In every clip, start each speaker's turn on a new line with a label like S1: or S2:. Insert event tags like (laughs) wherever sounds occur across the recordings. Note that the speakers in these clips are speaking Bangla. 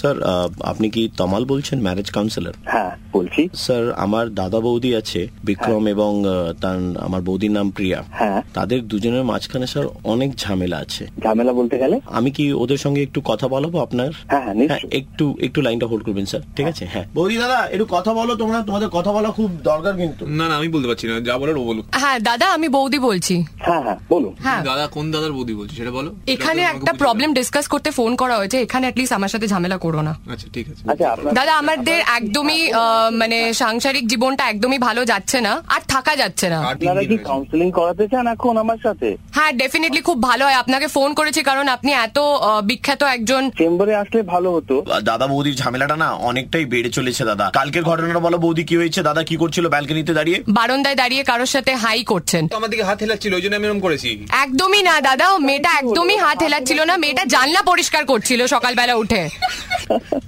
S1: স্যার আহ, uh, আপনি কি তমাল বলছেন ম্যারেজ কাউন্সিলর
S2: হ্যাঁ বলছি
S1: স্যার আমার দাদা বৌদি আছে বিক্রম
S3: হ্যাঁ।
S1: এবং আহ, তার আমার বৌদির নাম প্রিয়া
S2: হ্যাঁ
S1: তাদের দুজনের মাঝখানে স্যার অনেক ঝামেলা আছে
S2: ঝামেলা বলতে গেলে
S1: আমি কি ওদের সঙ্গে একটু কথা বলাবো আপনার
S2: হ্যাঁ হ্যাঁ
S1: হ্যাঁ
S2: নিশ্চয়ই
S1: একটু একটু লাইনটা হোল্ড করবেন স্যার ঠিক আছে হ্যাঁ
S3: বৌদি দাদা একটু কথা বলো তোমরা তোমাদের কথা বলা খুব দরকার কিন্তু
S4: না না আমি বলতে পারছি না যা বলার ও বলুক
S5: হ্যাঁ দাদা আমি বৌদি বলছি
S2: হ্যাঁ হ্যাঁ বলুন
S5: হ্যাঁ
S4: দাদা কোন দাদার বৌদি বলছি সেটা বলো সেটা
S5: এখানে
S4: তো আমাকে
S5: একটা
S4: বুঝতে
S5: প্রবলেম ডিসকাস করতে ফোন করা হয়েছে এখানে অ্যাটলিস্ট আমার সাথে ঝামেলা করো না
S4: হবে। আচ্ছা ঠিক আছে
S2: আচ্ছা আপনার
S5: দাদা আমাদের একদমই আহ, মানে সাংসারিক জীবনটা একদমই ভালো যাচ্ছে না আর থাকা যাচ্ছে
S3: আচ্ছা,
S5: না
S4: আর তিন
S2: আপনারা
S4: দিন
S2: কি
S4: রয়েছে।
S2: কাউন্সিলিং করাতে চান এখন আমার সাথে
S5: হ্যাঁ ডেফিনেটলি খুব ভালো হয় আপনাকে ফোন করেছি কারণ আপনি এত আহ, বিখ্যাত একজন
S2: চেম্বারে আসলে ভালো হতো
S3: দাদা বৌদির ঝামেলাটা না অনেকটাই বেড়ে চলেছে দাদা কালকের ঘটনাটা বলো বৌদি কি হয়েছে দাদা কি করছিল ব্যালকনিতে দাঁড়িয়ে
S5: বারন্দায় দাঁড়িয়ে কারোর সাথে হাই করছেন
S4: তো আমার দিকে হাত হেলাচ্ছিল ওই জন্য আমি এরকম করেছি
S5: একদমই না দাদা ও মেয়েটা একদমই হাত হেলাচ্ছিল না মেয়েটা জানলা পরিষ্কার করছিল সকালবেলা উঠে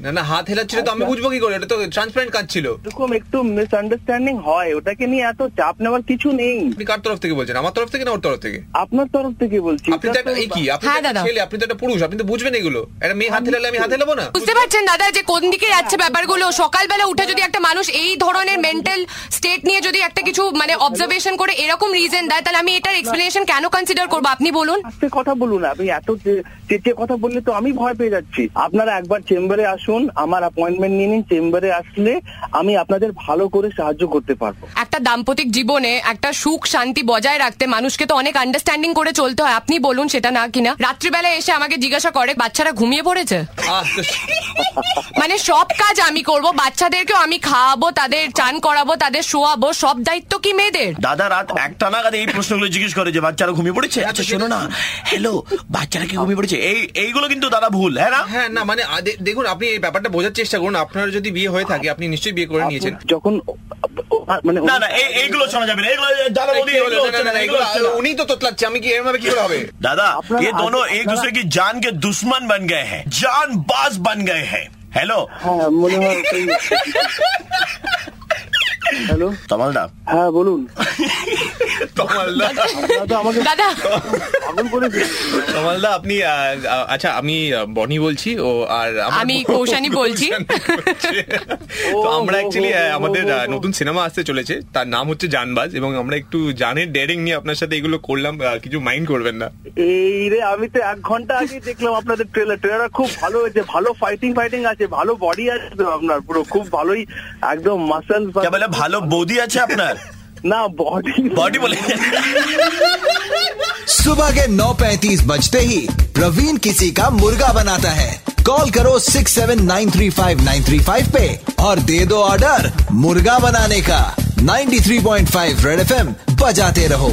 S4: না না হাত হেলাচ্ছিল তো
S3: আচ্ছা।
S4: আমি বুঝবো কি করে এটা তো ট্রান্সপারেন্ট কাজ ছিল
S2: এরকম একটু মিসআন্ডারস্ট্যান্ডিং হয় ওটাকে নিয়ে এত চাপ নেওয়ার কিছু নেই
S4: আপনি কার তরফ থেকে বলছেন আমার তরফ থেকে না ওর তরফ থেকে
S2: আপনার তরফ থেকে বলছি
S4: আপনি তো একটা এই কি আপনি তো
S5: হ্যাঁ,
S4: একটা
S5: দাদা।
S4: ছেলে আপনি তো একটা পুরুষ আপনি তো বুঝবেন এগুলো একটা মেয়ে হাত হেলালে আমি হাত হেলাবো না
S5: বুঝতে পারছেন দাদা যে কোন দিকে যাচ্ছে ব্যাপারগুলো সকালবেলা উঠে যদি একটা মানুষ এই ধরনের মেন্টাল স্টেট নিয়ে যদি একটা কিছু মানে অবজারভেশন করে এরকম রিজন দেয় তাহলে আমি এটার এক্সপ্লেনেশন কেন কনসিডার করবো আপনি বলুন
S2: আস্তে কথা বলুন আপনি এত চে- চেঁচিয়ে কথা বললে তো আমি ভয় পেয়ে যাচ্ছি আপনারা একবার চেম্বারে আসুন আমার অ্যাপয়েন্টমেন্ট নিয়ে নিন চেম্বারে আসলে আমি আপনাদের ভালো করে সাহায্য করতে পারবো
S5: একটা দাম্পতিক জীবনে একটা সুখ শান্তি বজায় রাখতে মানুষকে তো অনেক আন্ডারস্ট্যান্ডিং করে চলতে হয় আপনি বলুন সেটা না কিনা রাত্রিবেলা এসে আমাকে জিজ্ঞাসা করে বাচ্চারা ঘুমিয়ে পড়েছে
S4: আহ, তো স-
S5: মানে সব কাজ আমি করব বাচ্চাদেরকেও আমি খাওয়াবো তাদের চান করাবো তাদের শোয়াবো সব দায়িত্ব কি মেয়েদের
S3: দাদা রাত একটা নাগাদ এই প্রশ্নগুলো জিজ্ঞেস করে যে বাচ্চারা ঘুমিয়ে পড়েছে আচ্ছা শোনো না হ্যালো বাচ্চারা কি ঘুমিয়ে পড়েছে এই এইগুলো কিন্তু দাদা ভুল হ্যাঁ না
S4: হ্যাঁ না মানে আ- দে- দেখুন আপনি এই ব্যাপারটা বোঝার চেষ্টা করুন আপনার যদি বিয়ে হয়ে থাকে আপনি নিশ্চয়ই বিয়ে করে নিয়েছেন
S2: আপনি যখন মানে
S3: না না এই- এইগুলো শোনা যাবে না এগুলো দাদা বৌদি
S4: কি হলো?
S3: এগুলো
S4: না,
S3: হচ্ছে না
S4: না, না,
S3: এগুলো
S4: এগুলো-
S3: হচ্ছে না।
S4: উনি তো তোতলাচ্ছে আমি কি এভাবে কি
S3: (laughs)
S4: করে হবে
S3: दादा
S2: अपना-
S3: ये दोनों
S2: अपना-
S3: एक दूसरे की जान के दुश्मन बन गए हैं जानबाज बन गए हैं हेलो
S2: হ্যাঁ মনে হয় হ্যালো
S3: তমালদা
S2: হ্যাঁ বলুন
S4: কমালদা
S2: আপনারা তো আমাকে
S5: দাদা
S2: পাগল করে দিলেন।
S4: কমালদা আপনি আহ, আহ, আচ্ছা আমি আহ, বনি বলছি ও আর আমার-
S5: আমি কৌশানী বলছি।
S4: তো আমরা
S2: ও,
S4: অ্যাকচুয়ালি
S2: ও, ও,
S4: আমাদের
S2: ও,
S4: আহ,
S2: ও।
S4: নতুন সিনেমা আসতে চলেছে তার নাম হচ্ছে জানবাজ এবং আমরা একটু জানের ডেরিং নিয়ে আপনার সাথে এগুলো করলাম আহ, কিছু মাইন্ড করবেন না
S2: এই রে আমি তো এক ঘন্টা আগে দেখলাম আপনাদের ট্রেলার ট্রেলার খুব ভালো হয়েছে ভালো ফাইটিং ফাইটিং আছে ভালো বডি আছে তো আপনার পুরো খুব ভালোই একদম মাসেল
S3: क्या बोले ভালো বৌদি আছে আপনার
S2: না বডি
S3: বডি বলে
S6: सुबह के 9:35 बजते ही प्रवीण किसी का मुर्गा बनाता है कॉल करो 67935935 पे और दे दो ऑर्डर मुर्गा बनाने का 93.5 रेड एफएम बजाते रहो